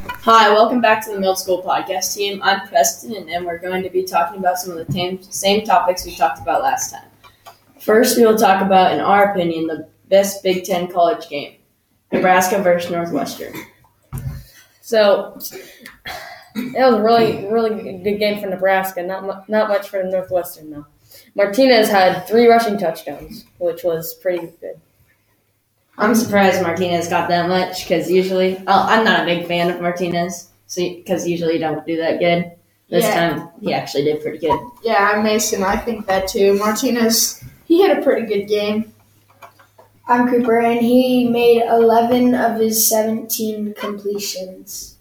Hi, welcome back to the middle school podcast team. I'm Preston, and we're going to be talking about some of the tam- same topics we talked about last time. First, we will talk about, in our opinion, the best Big Ten college game Nebraska versus Northwestern. So that was a really, really good game for Nebraska. Not mu- not much for Northwestern though. Martinez had three rushing touchdowns, which was pretty good. I'm surprised Martinez got that much because usually, oh, I'm not a big fan of Martinez because usually you don't do that good. This yeah, time, he actually did pretty good. yeah, I'm Mason. I think that too. Martinez, he had a pretty good game. I'm Cooper, and he made 11 of his 17 completions.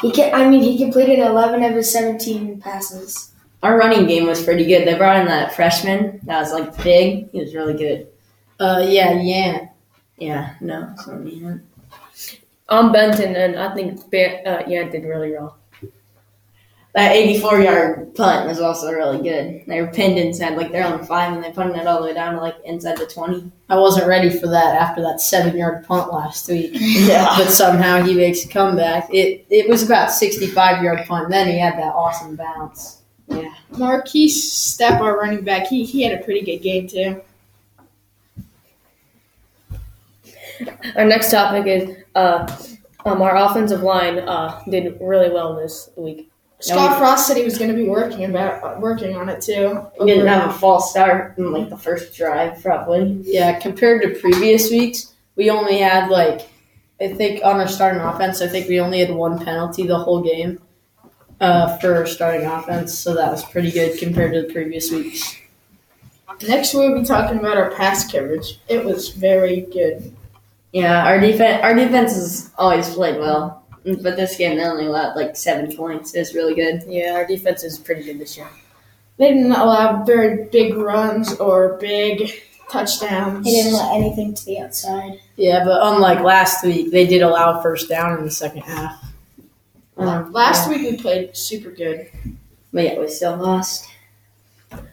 He can, I mean, he completed 11 of his 17 passes. Our running game was pretty good. They brought in that freshman that was like big. He was really good. Uh, yeah, yeah. Yeah, no, it's not me. On Um, Benton, and I think Ba- uh, yeah did really well. That 84 yard punt was also really good. They were pinned inside like their own five and they punted it all the way down to like inside the 20. I wasn't ready for that after that seven yard punt last week. Yeah. But somehow he makes a comeback. It it was about sixty five yard punt. Then he had that awesome bounce. Marquise Step, our running back, he, he had a pretty good game too. Our next topic is uh, um, our offensive line uh, did really well this week. Scott Frost said he was going to be working about working on it too. We didn't have a false start in like the first drive, probably. Yeah, compared to previous weeks, we only had like I think on our starting offense, I think we only had one penalty the whole game uh, for our starting offense. So that was pretty good compared to the previous weeks. Next, we'll be talking about our pass coverage. It was very good. Yeah, our defense our defense has always played well. But this game they only allowed like seven points. It was really good. Yeah, our defense is pretty good this year. They didn't allow very big runs or big touchdowns. He didn't let anything to the outside. Yeah, but unlike last week, they did allow first down in the second half. Um, Last week we played super good. but yeah, we still lost.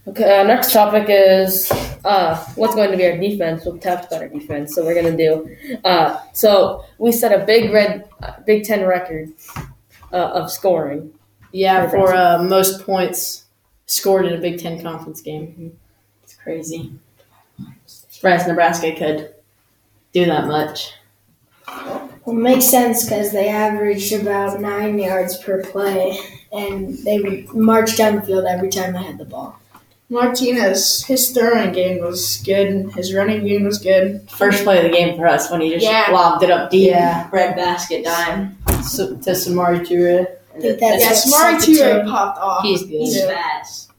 Okay, our next topic is uh, what's going to be our defense. We've talked about our defense, so we're going to do. Uh, so we set a big red, uh, Big Ten record uh, of scoring. Yeah, for uh, most points scored in a Big Ten conference game. It's crazy. Surprised Nebraska could do that much. Well, it makes sense because they averaged about nine yards per play, and they would march down the field every time they had the ball. Martinez, his throwing game was good. His running game was good. First play of the game for us when he just Yeah. lobbed it up deep. Yeah. Red basket dime. So, to Samari Ture. I think that's Yeah, what Samari set the Toure tone. popped off. He's good. fast.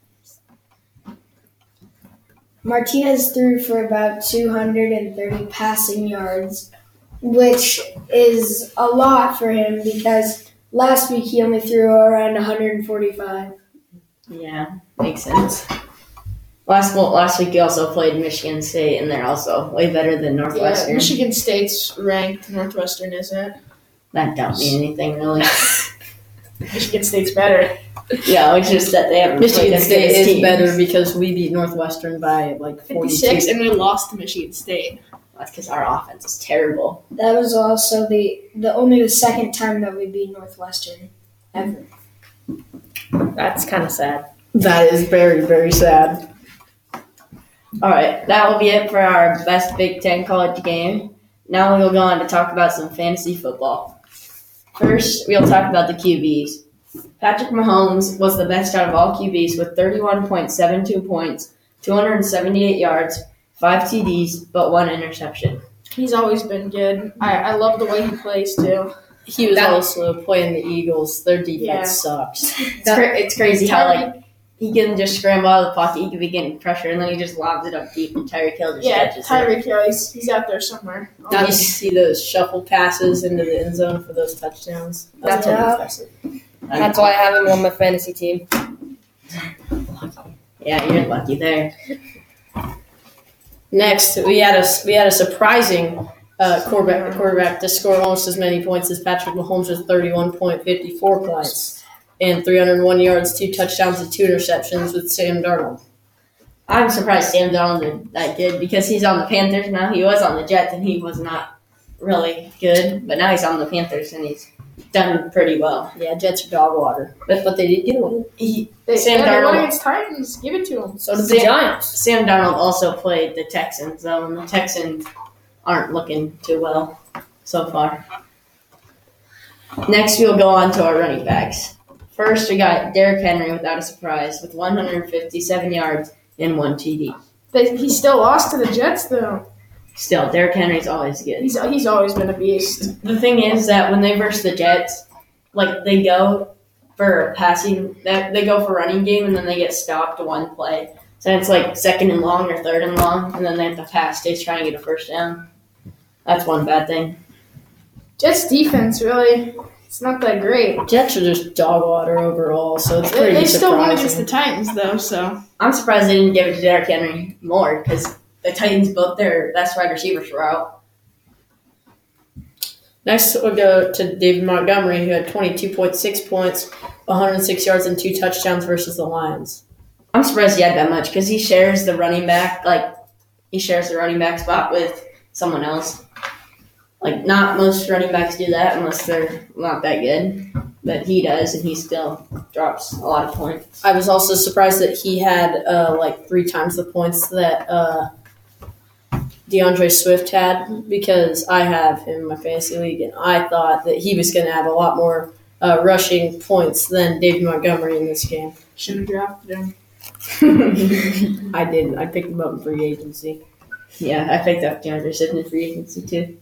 Martinez threw for about 230 passing yards, which is a lot for him because last week he only threw around 145. Yeah, makes sense. Last well, last week you also played Michigan State, and they're also way better than Yeah, Northwestern. Michigan State's ranked. Northwestern isn't. that don't mean anything really. Michigan State's better. yeah, it's just that they haven't played Michigan as State good as is teams. better because we beat Northwestern by like 56, 46. and we lost to Michigan State. That's because our offense is terrible. That was also the, the only the second time that we beat Northwestern ever. That's kind of sad. That is very, very sad. All right, that will be it for our best Big Ten college game. Now we'll go on to talk about some fantasy football. First, we'll talk about the QBs. Patrick Mahomes was the best out of all QBs with 31.72 points, 278 yards, 5 TDs, but one interception. He's always been good. I, I love the way he plays, too. He was That- also playing the Eagles. Their defense Yeah. sucks. It's, cra- it's crazy how like he can just scramble out of the pocket, he can be getting pressure, and then he just lobs it up deep, and Tyreek Hill just Yeah, catches it. Tyreek Hill, he's, he's out there somewhere. Now you see those shuffle passes into the end zone for those touchdowns. That's pretty Yeah. impressive. That's why I have him on my fantasy team. Yeah, you're lucky there. Next, we had a we had a surprising uh, quarterback quarterback to score almost as many points as Patrick Mahomes with thirty one point fifty four points and three hundred one yards, two touchdowns, and two interceptions with Sam Darnold. I'm surprised Sam Donald did that good because he's on the Panthers now. He was on the Jets and he was not really good, but now he's on the Panthers and he's done pretty well. Yeah, Jets are dog water. But, but they did get a win. He, They, Sam Sam they won Darnold. against Titans. Give it to them. So did the Sam- Giants. Sam Darnold also played the Texans, though, and the Texans aren't looking too well so far. Next, we'll go on to our running backs. First, we got Derrick Henry without a surprise with 157 yards and one TD. They, he still lost to the Jets though. Still, Derrick Henry's always good. He's he's always been a beast. The thing is that when they verse the Jets, like they go for passing, that they go for running game, and then they get stopped one play. So it's like second and long or third and long, and then they have to pass to try and get a first down. That's one bad thing. Jets defense really, it's not that great. Jets are just dog water overall, so it's They, pretty they still won surprising. against the Titans though, so I'm surprised they didn't give it to Derrick Henry more because the Titans both their best wide receivers were out. Next, we'll go to David Montgomery, who had 22.6 points, 106 yards, and two touchdowns versus the Lions. I'm surprised he had that much because he shares the running back, like he shares the running back spot with someone else. Like not most running backs do that unless they're not that good, but he does, and he still drops a lot of points. I was also surprised that he had uh, like three times the points that uh, DeAndre Swift had because I have him in my fantasy league, and I thought that he was going to have a lot more uh, rushing points than David Montgomery in this game. should have drafted him. I didn't. I picked him up in free agency. Yeah, I picked up DeAndre Swift in free agency too.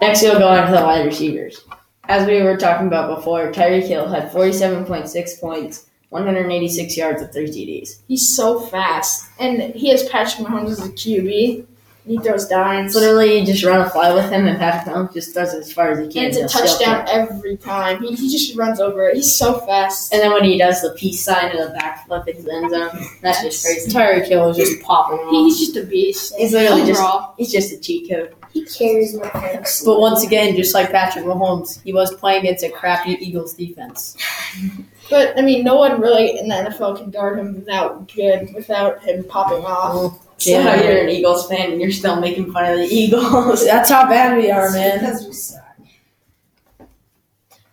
Next, we'll go on to the wide receivers. As we were talking about before, Tyreek Hill had 47.6 points, 186 yards, and three TDs. He's so fast, and he has Patrick Mahomes as a QB. He throws dimes, It's literally you just run a fly with him, and Patrick Mahomes just throws it as far as he can. and it's a He'll still touchdown throw. every time. He, he just runs over it. He's so fast. And then when he does the peace sign and the backflip into the end zone, that's just crazy. Tyreek Hill was just popping off. He- he's just a beast. He's literally just- Overall. He's just a cheat code. He carries my fantasy. But once again, just like Patrick Mahomes, he was playing against a crappy Eagles defense. But I mean, no one really in the NFL can guard him without good, without him popping off. Somehow Yeah. you're an Eagles fan and you're still making fun of the Eagles. That's how bad we are, man. Because we suck.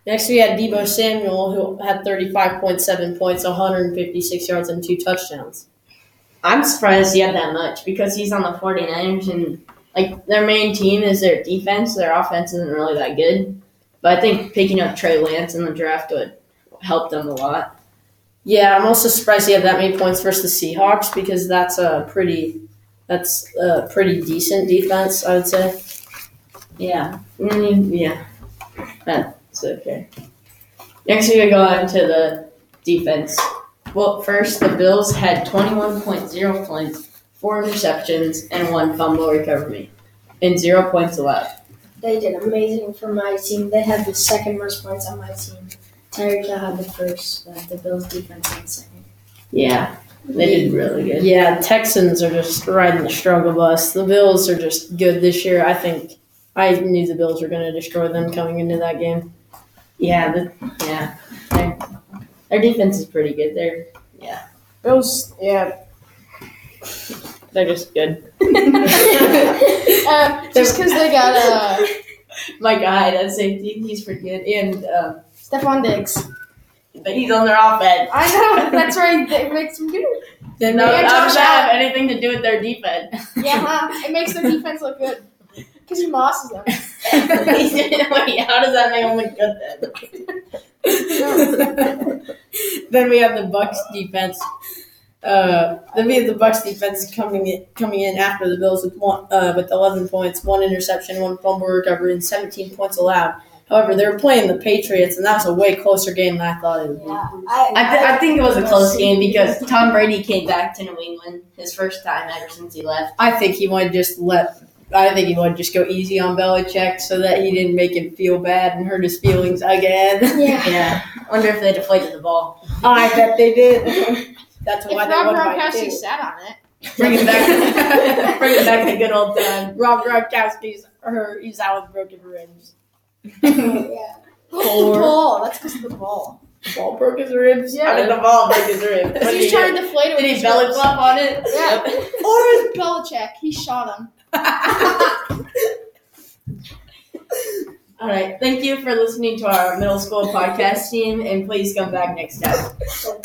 Next, we had Debo Samuel, who had 35.7 points, 156 yards, and two touchdowns. I'm surprised he had that much because he's on the 49ers and like their main team is their defense. Their offense isn't really that good. But I think picking up Trey Lance in the draft would help them a lot. Yeah, I'm also surprised he had that many points versus the Seahawks because that's a pretty, that's a pretty decent defense, I would say. Yeah. Mm, yeah. That's okay. Next we're gonna go on to the defense. Well first the Bills had twenty one point zero points, four interceptions, and one fumble recovery. And zero points allowed. They did amazing for my team. They had the second most points on my team. Tyreek Hill had the first, but the Bills defense had the second. Yeah. They did really good. Yeah, Texans are just riding the struggle bus. The Bills are just good this year. I think I knew the Bills were going to destroy them coming into that game. Yeah, the, yeah. Their, their defense is pretty good. They're Bills, yeah. they're just good. Uh, just because they got uh, My guy, that safety, he's pretty good, and uh, Stephon Diggs. but he's on their offense. I know. That's right. It makes them good. They're not- not, not have have anything to do with their defense. Yeah, huh? it makes their defense look good because he mosses them. Wait, how does that make them look good then? then we have the Bucks defense. Uh, then we have the Bucks defense coming in, coming in after the Bills with one, uh, with eleven points, one interception, one fumble recovery, and seventeen points allowed. However, they were playing the Patriots, and that was a way closer game than I thought it would be. Yeah, I, I, th- I think it was a close game because Tom Brady came back to New England his first time ever since he left. I think he wanted to just let. I think he wanted to just go easy on Belichick so that he didn't make him feel bad and hurt his feelings again. yeah. Yeah, wonder if they deflated the ball. I bet they did. That's If Rob why they won by Gronkowski two. sat on it, Bring it back, bring it back the good old time. Rob Gronkowski's her he's out with broken ribs. yeah. look at the ball. That's because of the ball. Ball broke his ribs. Yeah. I mean, the ball Oh, broke his ribs. What He's did he trying do? to deflate it. with Did he his belly ribs. flop on it? Yeah. Or with Belichick, he shot him. All right. Thank you for listening to our middle school podcast team, and please come back next time.